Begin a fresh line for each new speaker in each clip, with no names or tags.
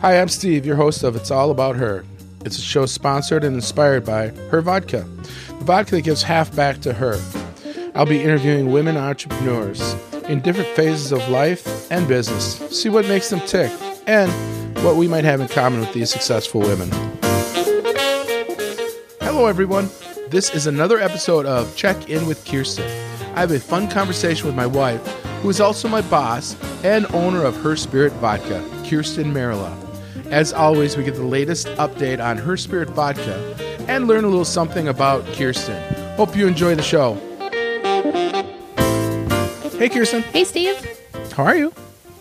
Hi, I'm Steve, your host of It's All About Her. It's a show sponsored and inspired by Her Vodka, the vodka that gives half back to her. I'll be interviewing women entrepreneurs in different phases of life and business, see what makes them tick, and what we might have in common with these successful women. Hello, everyone. This is another episode of Check In with Kirsten. I have a fun conversation with my wife, who is also my boss and owner of Her Spirit Vodka, Kirsten Marilla. As always, we get the latest update on Her Spirit Vodka and learn a little something about Kirsten. Hope you enjoy the show. Hey, Kirsten.
Hey, Steve.
How are you?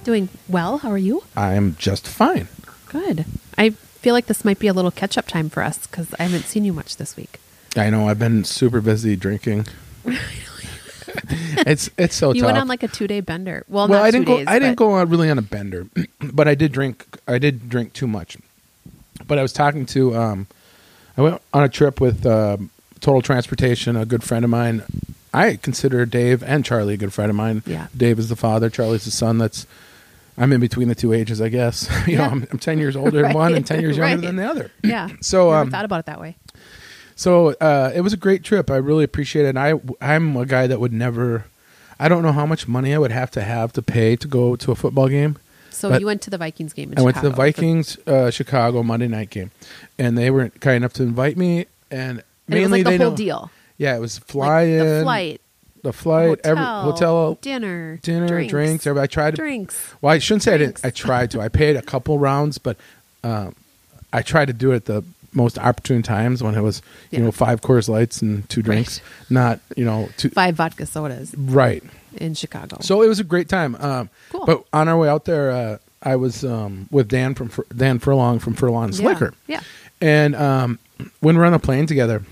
Doing well. How are you?
I'm just fine.
Good. I feel like this might be a little catch up time for us because I haven't seen you much this week.
I know I've been super busy drinking. it's it's so
You
tough.
went on like a two day bender. Well,
well,
not
I
two
didn't go.
days,
I didn't
but-
go on really on a bender, but I did drink. I did drink too much. But I was talking to. Um, I went on a trip with um, Total Transportation, a good friend of mine. I consider Dave and Charlie a good friend of mine.
Yeah.
Dave is the father. Charlie's the son. That's. I'm in between the two ages, I guess. you know,
Yeah.
I'm, I'm ten years older than one, and ten years younger
Right.
than the other.
Yeah.
So,
Never
um,
thought about it that way.
So uh, it was a great trip. I really appreciate it. And I I'm a guy that would never. I don't know how much money I would have to have to pay to go to a football game.
So
but
you went to the Vikings game. In
I went to the
Chicago for-
Vikings uh, Chicago Monday night game, and they were kind enough to invite me. And
and
mainly
it was like the
they
whole
know-
deal.
Yeah, it was
Like,
fly in,
the flight,
the flight,
hotel,
every hotel,
dinner,
dinner, drinks.
drinks.
everybody. I tried to.
drinks.
Well, I shouldn't say I didn't.
Drinks.
I tried to. I paid a couple rounds, but um, I tried to do it at the most opportune times when it was, you
Yeah.
know, five Coors Lights and two drinks, not you know, two
Five vodka sodas
right.
in Chicago.
So it was a great time. Um,
Cool.
But on our way out there, uh, I was um, with Dan from Fur- Dan Furlong from Furlong and
Yeah.
Slicker.
Yeah.
And um, when we're on a plane together,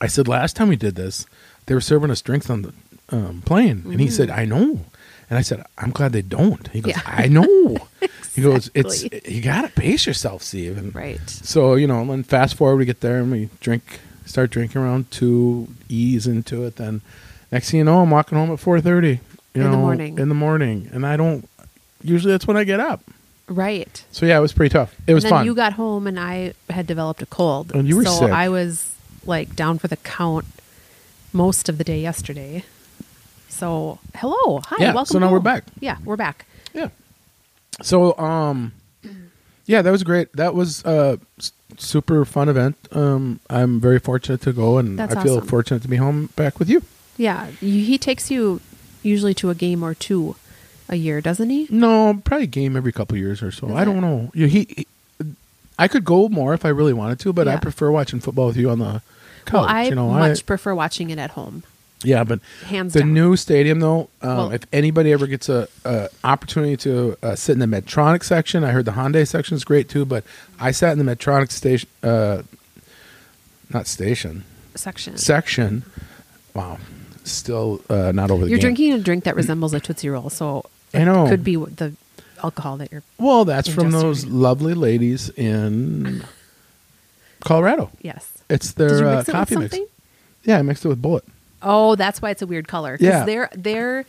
I said last time we did this, they were serving us drinks on the um, plane, and he said, "I know," and I said, "I'm glad they don't." He goes,
Yeah.
"I know." He goes, "It's
Exactly.
you gotta pace yourself, Steve." And
Right.
so you know, and then fast forward, we get there and we drink, start drinking around two, ease into it. Then next thing you know, I'm walking home at four thirty. You
In the
know,
morning.
In the morning, and I don't. Usually, that's when I get up.
Right.
So yeah, it was pretty tough. It was
and then
fun.
you got home and I had developed a cold.
And you were
so
sick.
I was like down for the count most of the day yesterday. So hello, hi,
Yeah,
welcome.
so now we're
home.
back.
Yeah, we're back.
yeah. So um, yeah, that was great. That was a s- super fun event. Um, I'm very fortunate to go, and
That's
I feel
awesome.
fortunate to be home back with you.
Yeah, you, he takes you usually to a game or two a year, doesn't he?
No, probably game every couple years or so.
Is
I don't
it?
know. You- He, he- I could go more if I really wanted to, but I
Yeah.
prefer watching football with you on the couch.
well, I
you know,
much
I,
prefer watching it at home.
yeah, but
Hands
the
down.
new stadium though. Um,
Well-
if anybody ever gets a, a opportunity to uh, sit in the Medtronic section, I heard the Hyundai section is great too. But I sat in the Medtronic station, uh, not station
section.
section. Wow, still uh, not over the.
you're
game. Oh.
drinking a drink that resembles a Tootsie Roll, so
I know.
it could be what the alcohol that you're.
Well, that's from
Ingested.
those lovely ladies in Colorado.
Yes.
It's their
Did you
uh,
mix it with
coffee
something?
mix. Yeah, I mixed it with bullet.
Oh, that's why it's a weird color. 'Cause
Yeah.
Their their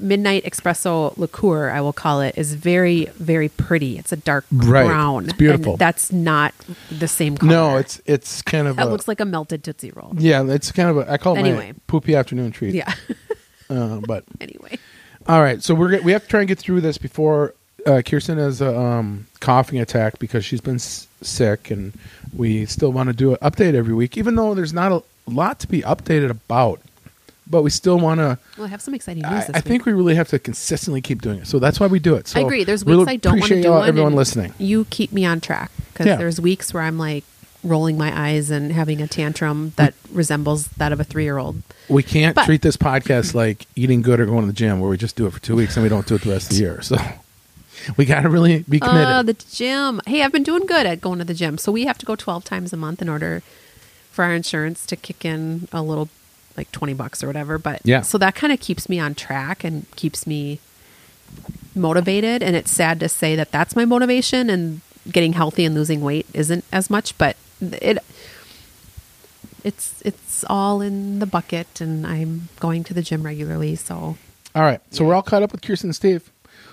midnight espresso liqueur, I will call it, is very very pretty. It's a dark
Right.
brown.
It's beautiful.
And that's not the same color.
No, it's it's kind of
that
a,
looks like a melted tootsie roll.
yeah, it's kind of a I call it my
Anyway.
poopy afternoon treat.
Yeah.
uh, but
anyway.
all right, so we're get- we have to try and get through this before uh, Kirsten has a um, coughing attack because she's been s- sick, and we still want to do an update every week, even though there's not a lot to be updated about, but we still want to.
Well, I have some exciting news
I,
this
I think we really have to consistently keep doing it. So that's why we do it. So
I agree. There's
we
weeks I don't want to
appreciate
do
y'all-
one,
everyone
and
listening.
You keep me on track because
Yeah.
there's weeks where I'm like rolling my eyes and having a tantrum that
Mm.
resembles that of a three year old.
We can't
But-
treat this podcast like eating good or going to the gym, where we just do it for two weeks and we don't do it the rest of the year. So we got to really be committed.
Uh, the gym. Hey, I've been doing good at going to the gym. So we have to go 12 times a month in order for our insurance to kick in a little, like 20 bucks or whatever. But
Yeah.
so that kind of keeps me on track and keeps me motivated. And it's sad to say that that's my motivation and getting healthy and losing weight isn't as much, but it. It's it's all in the bucket, and I'm going to the gym regularly. So
all right, so we're all caught up with Kirsten and Steve.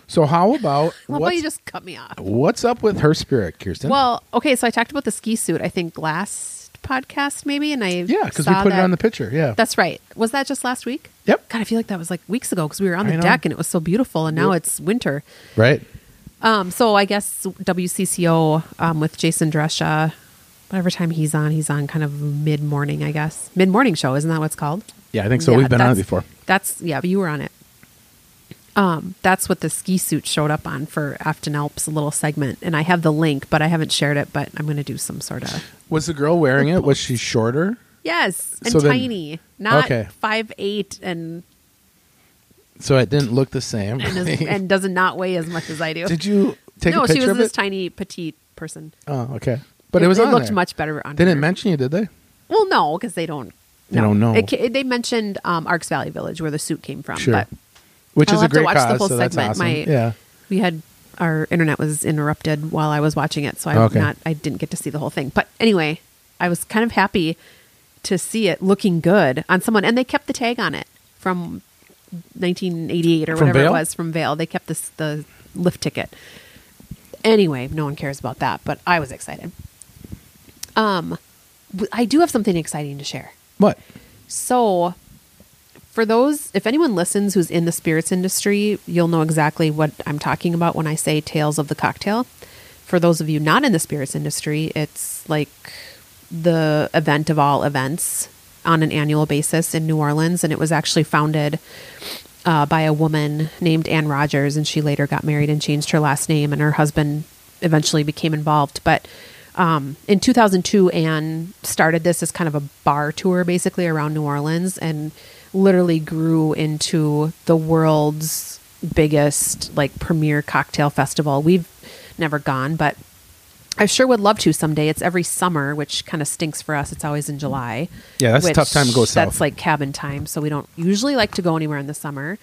So how about
How about
what's,
you just cut me off?
what's up with her spirit, Kirsten?
Well, okay, so I talked about the ski suit, I think, last podcast maybe, and I
yeah, because we
saw
put it
that-
on the picture. Yeah.
That's right. Was that just last week?
Yep.
God, I feel like that was like weeks ago because we were on
I
the
know.
deck and it was so beautiful, and now it's winter.
right.
Um, so I guess WCCO um, with Jason Dresha, whatever time he's on, he's on kind of mid morning, I guess. Mid morning show, isn't that what it's called?
Yeah, I think so.
Yeah,
We've been on it
that's-
before.
That's yeah, but you were on it. Um, that's what the ski suit showed up on for Afton Alps little segment, and I have the link, but I haven't shared it. But I'm going to do some sort of
Was the girl wearing it? Was she shorter?
yes and
So then-
tiny, not
okay.
five eight and
So it didn't look the same.
and, is,
really.
and doesn't not weigh as much as I do.
Did you take
no,
a picture
she was
of
this
it?
tiny petite person.
oh, okay. But it, was on
looked
there.
much better on.
They didn't
her.
mention you, did they?
Well, no, because they don't.
They don't know.
It, ca- it- they mentioned um, Arks Valley Village where the suit came from.
Sure.
But
Which
I'll
is a
have to
great
watch the
cause.
whole
so that's
segment.
awesome.
My-
yeah.
we had our internet was interrupted while I was watching it, so I
Okay.
not I didn't get to see the whole thing. But anyway, I was kind of happy to see it looking good on someone, and they kept the tag on it from 1988 or
From
whatever
Vail?
it was from Vale. They kept this the lift ticket. Anyway, no one cares about that, but I was excited. Um, w- I do have something exciting to share.
What?
So, for those, if anyone listens who's in the spirits industry, you'll know exactly what I'm talking about when I say tales of the cocktail. For those of you not in the spirits industry, it's like the event of all events on an annual basis in New Orleans. And it was actually founded uh, by a woman named Ann Rogers, and she later got married and changed her last name, and her husband eventually became involved. But um, in 2002, Ann started this as kind of a bar tour, basically around New Orleans, and literally grew into the world's biggest, like, premier cocktail festival. We've never gone, but I sure would love to someday. It's every summer, which kind of stinks for us. It's always in July.
Yeah, that's a
which-
tough time to go south.
That's like cabin time, so we don't usually like to go anywhere in the summer.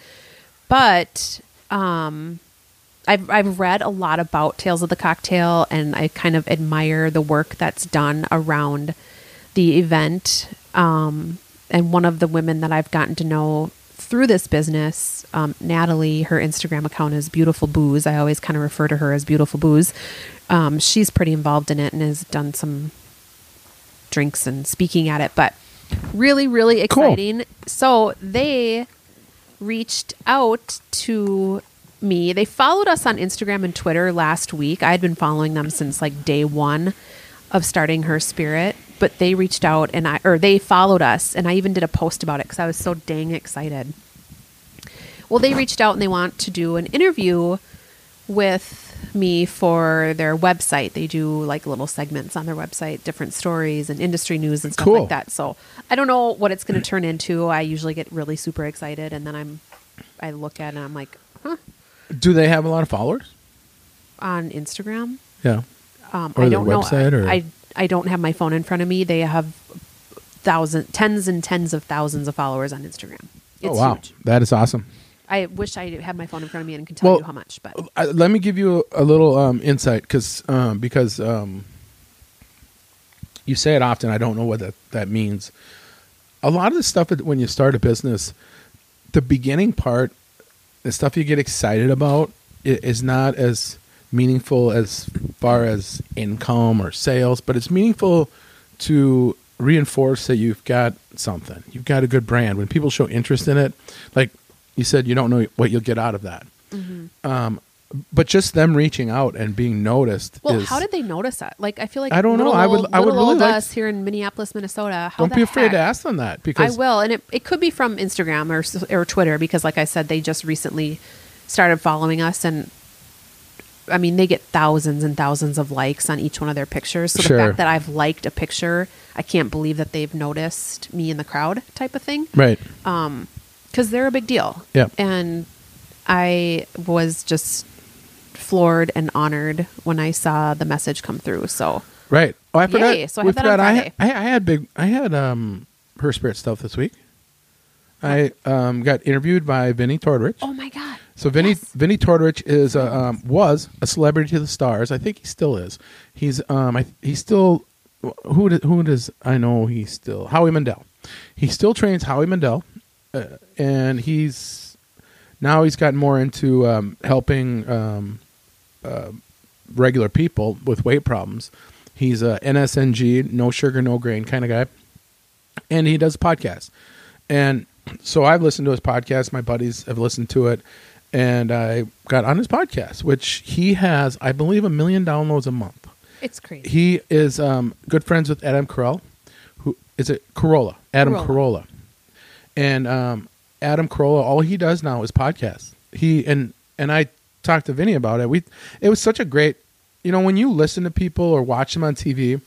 But um, I've I've read a lot about Tales of the Cocktail, and I kind of admire the work that's done around the event. Um, and one of the women that I've gotten to know through this business, um, Natalie, her Instagram account is Beautiful Booze. I always kind of refer to her as Beautiful Booze. Um, she's pretty involved in it and has done some drinks and speaking at it, but really, really
Cool.
exciting. So they reached out to me. They followed us on Instagram and Twitter last week. I had been following them since like day one of starting her spirit, but they reached out and I, or they followed us, and I even did a post about it because I was so dang excited. Well, they reached out and they want to do an interview with me for their website. They do like little segments on their website, different stories and industry news and stuff
Cool.
like that. So I don't know what it's going to turn into. I usually get really super excited and then I'm, I look at it and I'm like, huh,
Do they have a lot of followers?
on Instagram.
Yeah.
Um,
Or
I
their
don't know.
website, or-
I, I don't have my phone in front of me. They have thousand, tens and tens of thousands of followers on Instagram. It's
oh wow,
huge.
that is awesome.
I wish I had my phone in front of me and could tell
Well,
you how much, but
I, let me give you a, a little um, insight because um, because um, you say it often. I don't know what that, that means. A lot of the stuff that when you start a business, the beginning part, the stuff you get excited about, i- is not as meaningful as far as income or sales, but it's meaningful to reinforce that you've got something. You've got a good brand. When people show interest in it, like you said, you don't know what you'll get out of that
Mm-hmm.
Um, but just them reaching out and being noticed
Well,
is
how did they notice that? Like, I feel like
I don't know.
little
I would-
Old,
I would
little
really
old
like-
us here in Minneapolis, Minnesota. How
don't
the
be afraid
heck?
to ask them that
I
because
will, and it it could be from Instagram or s- or Twitter because, like I said, they just recently started following us, and I mean, they get thousands and thousands of likes on each one of their pictures. So
Sure.
the fact that I've liked a picture, I can't believe that they've noticed me in the crowd, type of thing
right
because they're a big deal.
Yep.
And I was just floored and honored when I saw the message come through. So
right. Oh, I forgot.
Yay, so I
we
have that on
forgot. I,
Friday.
I I had big. I had um her spirit stuff this week. I um got interviewed by Vinny Tortorich.
oh my god.
So Vinny
Yes.
Vinny Tortorich is a, um, was a celebrity to the stars. I think he still is. He's um I, he's still who do- who does I know he's still Howie Mandel. He still trains Howie Mandel, uh, and he's Now he's gotten more into um, helping um, uh, regular people with weight problems. He's a NSNG, no sugar, no grain kind of guy, and he does podcasts. And so I've listened to his podcast. My buddies have listened to it, and I got on his podcast, which he has, I believe, a million downloads a month.
It's crazy.
He is um, good friends with Adam Carell, who is it Corolla? Adam Carolla,
Carolla.
and um, Adam Carolla. All he does now is podcasts. He and and I talked to Vinny about it. We it was such a great, you know, when you listen to people or watch them on TV.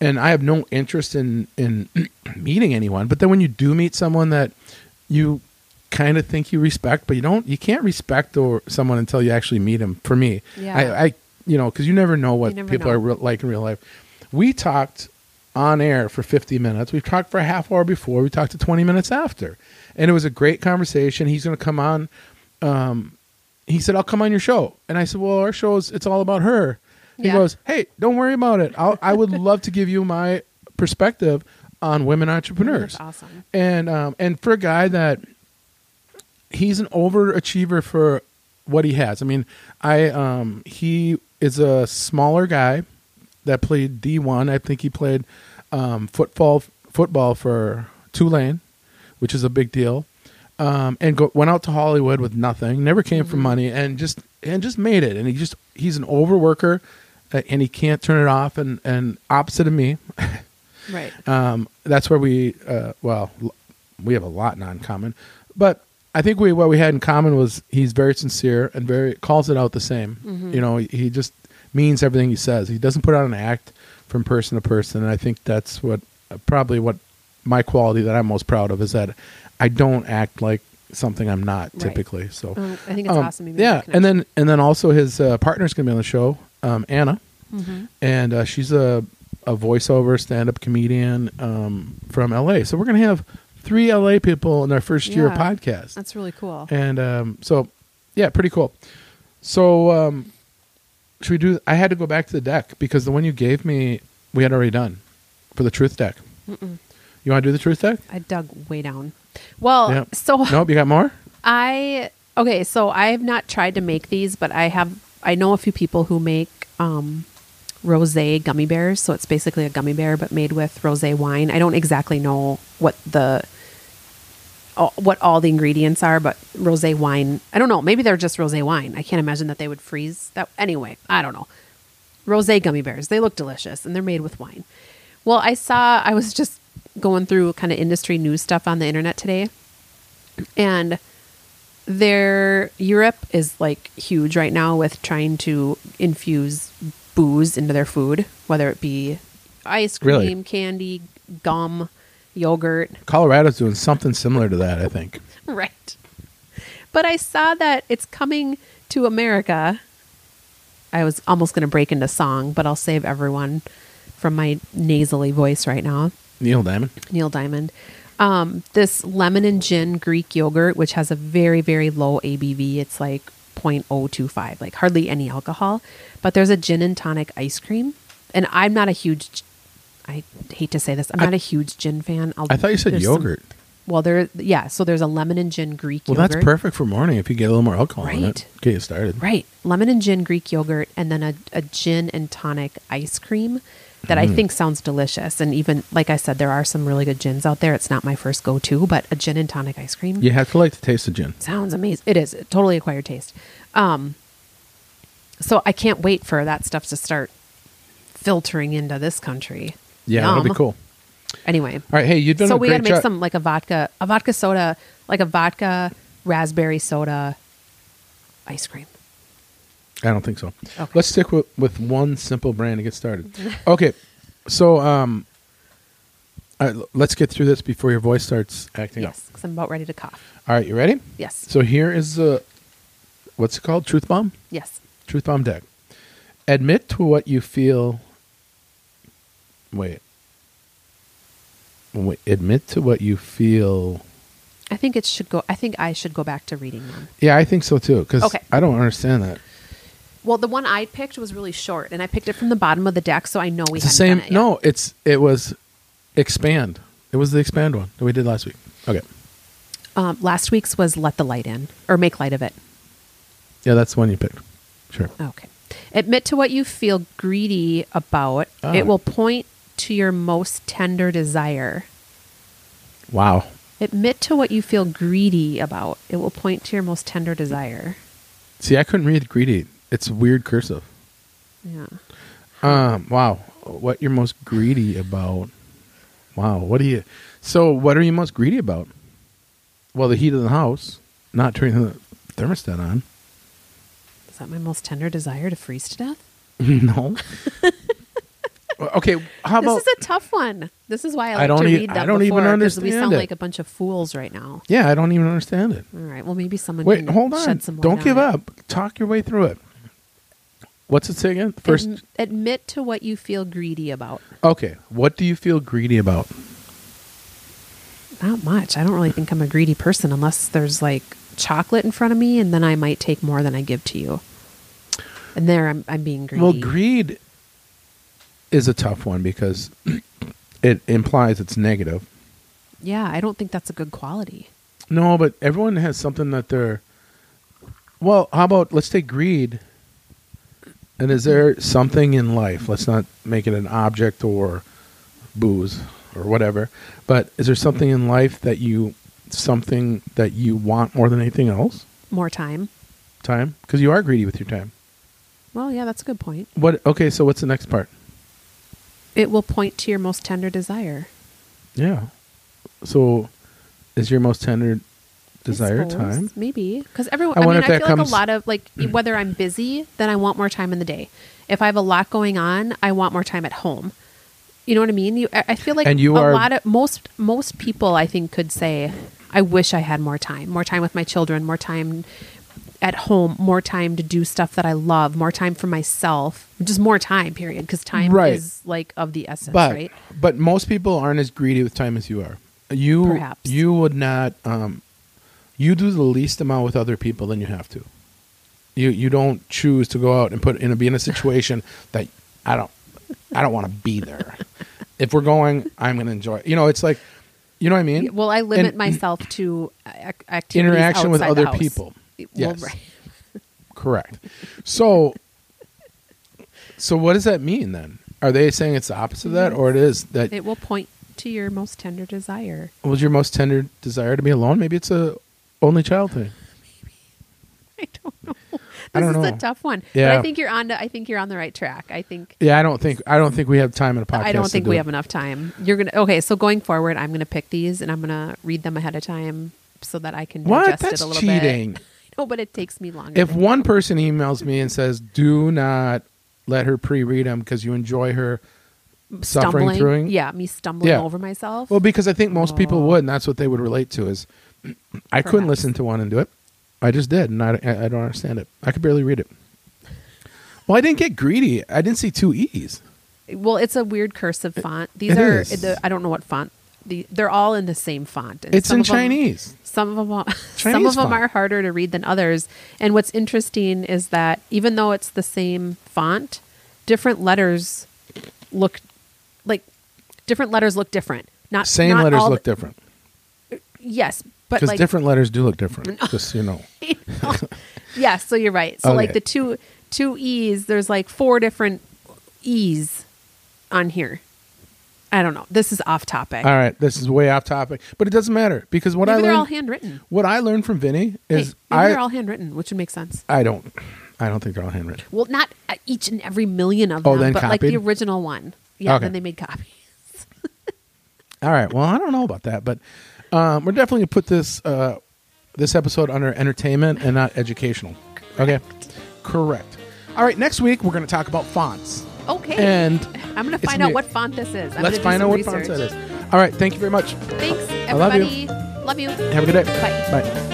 And I have no interest in in meeting anyone, but then when you do meet someone that you kind of think you respect, but you don't, you can't respect or someone until you actually meet him. For me,
Yeah.
I, I you know, because you never know what
You never
people
know.
are real, like in real life. We talked on air for 50 minutes. We've talked for a half hour before. We talked to 20 minutes after. And it was a great conversation. He's going to come on. Um, he said, I'll come on your show. And I said, Well, our show is, it's all about her. He
Yeah.
goes, Hey, don't worry about it. I'll, I would love to give you my perspective on women entrepreneurs
That's awesome.
and um, and for a guy that he's an overachiever for what he has. I mean, I um, he is a smaller guy that played D one. I think he played um, football football for Tulane, which is a big deal. Um, and go, went out to Hollywood with nothing. Never came for money, and just and just made it. And he just he's an overworker, uh, and he can't turn it off. And and opposite of me,
Right.
um, that's where we uh, well l- we have a lot in common but i think we what we had in common was he's very sincere and very calls it out the same
Mm-hmm.
you know he- he just means everything he says he doesn't put out an act from person to person and i think that's what uh, probably what my quality that i'm most proud of is that i don't act like something i'm not
Right.
typically so
Um, I think it's
um,
awesome. you made
yeah
that
and then and then also his uh, partner's gonna be on the show um, anna
connection.
and uh, she's a a voiceover stand-up comedian um, from LA. So we're gonna have three LA people in our first year
Yeah.
podcast,
that's really cool.
and um, so yeah, pretty cool. So um, should we do? I had to go back to the deck because the one you gave me we had already done for the truth deck. You want to do the truth deck?
I dug way down. Well,
Yeah.
so
nope, you got more.
I okay, so I have not tried to make these, but I have I know a few people who make um rosé gummy bears, so it's basically a gummy bear but made with rosé wine. I don't exactly know what the all- what all the ingredients are, but rosé wine. I don't know. Maybe they're just rosé wine. I can't imagine that they would freeze that. Anyway, I don't know. Rosé gummy bears. They look delicious, and they're made with wine. Well, I saw. I was just going through kind of industry news stuff on the internet today, and their Europe is like huge right now with trying to infuse booze into their food, whether it be ice cream,
Really?
candy, gum, yogurt.
Colorado's doing something similar to that, I think.
Right. But I saw that it's coming to America. I was almost going to break into song, but I'll save everyone from my nasally voice right now.
Neil Diamond.
Neil Diamond. Um, this lemon and gin Greek yogurt, which has a very, very low ABV. It's like 0.025, like hardly any alcohol. But there's a gin and tonic ice cream. And I'm not a huge, I hate to say this, I'm not a huge gin fan. I'll,
I thought you said
there's some-
yogurt.
well, there, yeah. So there's a lemon and gin Greek
Well,
yogurt.
that's perfect for morning if you get a little more alcohol in it.
Right.
Get you started.
Right. Lemon and gin Greek yogurt, and then a, a gin and tonic ice cream that
Mm.
I think sounds delicious. And even, like I said, there are some really good gins out there. It's not my first go to, but a gin and tonic ice cream
You have to like the taste of gin.
sounds amazing. It is a totally acquired taste. Um, so I can't wait for that stuff to start filtering into this country.
Yeah, that'll be
Yum.
cool.
Anyway,
All right, hey, you've done
so
a
we
great
gotta make
job.
some like a vodka, a vodka soda, like a vodka raspberry soda ice cream.
I don't think so.
Okay.
Let's stick with, with one simple brand to get started. okay, so um, all right, l- let's get through this before your voice starts acting
Yes, because I'm about ready to cough.
up. All right, you ready?
Yes.
So here is the what's it called? Truth bomb.
yes.
Truth bomb deck. Admit to what you feel. Wait. Wait. Admit to what you feel.
I think it should go. I think I should go back to reading them.
Yeah, I think so too. Because
Okay.
I don't understand that.
Well, the one I picked was really short, and I picked it from the bottom of the deck, so I know we.
it's the same.
hadn't done it yet.
No, it's it was expand. It was the expand one that we did last week. Okay,
Um, last week's was Let the Light In or Make Light of It.
Yeah, that's the one you picked. Sure.
Okay. Admit to what you feel greedy about.
Ah.
It will point to your most tender desire.
Wow.
Admit to what you feel greedy about. It will point to your most tender desire.
See, I couldn't read greedy. It's weird cursive.
Yeah.
Um. Wow. What you're most greedy about? Wow. What do you? So, what are you most greedy about? Well, the heat of the house, not turning the thermostat on.
Is that my most tender desire to freeze to death?
no. okay. How about?
this is a tough one. This is why I
I
like
don't
to
e-
read
I
them
don't even
before, 'cause We
understand
sound
it.
like a bunch of fools right now.
yeah, I don't even understand it.
All right. Well, maybe someone
Wait,
can
hold on.
shed some light
Don't
on
give
it.
up. Talk your way through it. What's it say again? First,
Adm- admit to what you feel greedy about.
okay. What do you feel greedy about?
Not much. I don't really think I'm a greedy person unless there's like chocolate in front of me, and then I might take more than I give to you. And there, I'm I'm being greedy.
Well, greed is a tough one because it implies it's negative.
yeah, I don't think that's a good quality.
No, but everyone has something that they're. Well, how about let's take greed. And is there something in life? Let's not make it an object or booze or whatever. But is there something in life that you something that you want more than anything else?
More time.
Time, because you are greedy with your time.
Well, yeah, that's a good point.
What? Okay, so what's the next part?
It will point to your most tender desire.
Yeah. So, is your most tender desire
I suppose.
time?
Maybe because everyone.
I
I,
wonder if
mean, I
that
feel like
comes-
a lot of like whether I'm busy, then I want more time in the day. If I have a lot going on, I want more time at home. You know what I mean? You, I I feel like
And you
a
are-
lot of most most people I think could say, I wish I had more time, more time with my children, more time at home, more time to do stuff that I love, more time for myself, just more time. Period. Because time
Right.
is like of the essence,
but
right?
but most people aren't as greedy with time as you are. You
Perhaps.
you would not um, you do the least amount with other people than you have to. You you don't choose to go out and put and be in a situation that I don't I don't want to be there. if we're going, I'm going to enjoy. it. You know, it's like you know what I mean.
Well, I limit
And
myself to uh, ac- activities
interaction with
outside
other
the house.
people.
Well,
Yes.
right.
Correct. So, so what does that mean then? Are they saying it's the opposite of that, or it is that
It will point to your most tender desire.
was your most tender desire to be alone? Maybe it's a only child thing.
I don't know. This
I don't
is
know.
a tough one. But
Yeah.
I think you're on to, I think you're on the right track. I think
Yeah, I don't think I don't think we have time in a podcast.
I don't
to
think
do
we
it.
have enough time. You're going to Okay, so going forward, I'm going to pick these and I'm going to read them ahead of time so that I can
What?
digest
That's
it a little
cheating.
bit. No, but it takes me longer.
If
than-
one person emails me and says, "Do not let her pre-read them because you enjoy her suffering
stumbling,
through."
yeah, me stumbling
Yeah.
over myself.
Well, because I think most people would, and that's what they would relate to. Is I couldn't
Perhaps.
listen to one and do it. I just did, and I, I I don't understand it. I could barely read it. Well, I didn't get greedy. I didn't see two e's.
Well, it's a weird cursive font. These
it
are
is.
the, I don't know what font. The, they're all in the same font. And
It's
some
in
of 'em-
Chinese.
some of them are, some
Chinese
of them
font.
are harder to read than others and what's interesting is that even though it's the same font different letters look like different letters look different not
Same
not
letters
all
look
the-
different
yes but
because
like
different letters do look different. just so you know.
yeah so you're right so like
Okay.
the two two e's there's like four different e's on here i don't know this is off topic
All right, this is way off topic, but it doesn't matter because what
maybe
I
they're
learned,
all handwritten
what I learned from Vinny
Hey,
is
maybe
I
they're all handwritten which would make sense
I don't I don't think they're all handwritten.
Well, not uh, each and every million of
Oh,
them,
then
but like the
copied?
original one. Yeah,
Okay.
then they made copies.
All right, well I don't know about that, but um, we're definitely gonna put this uh, this episode under entertainment and not educational. Okay, correct. All right, next week we're gonna talk about fonts
Okay.
and
I'm going
it's
to find
gonna
out
be-
what font this is. I'm
let's
gonna
find
do some
out what
research.
fonts that is. All right, thank you very much.
Thanks,
I love
everybody.
you.
Love you.
Have a good day.
Bye.
Bye.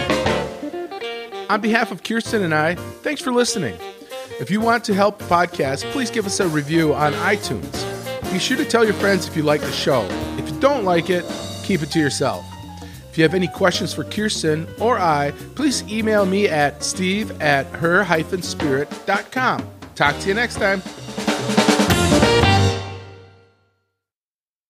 On behalf of Kirsten and I, thanks for listening. If you want to help the podcast, please give us a review on iTunes. Be sure to tell your friends if you like the show. If you don't like it, keep it to yourself. If you have any questions for Kirsten or I, please email me at steve at her-spirit.com. Talk to you next time.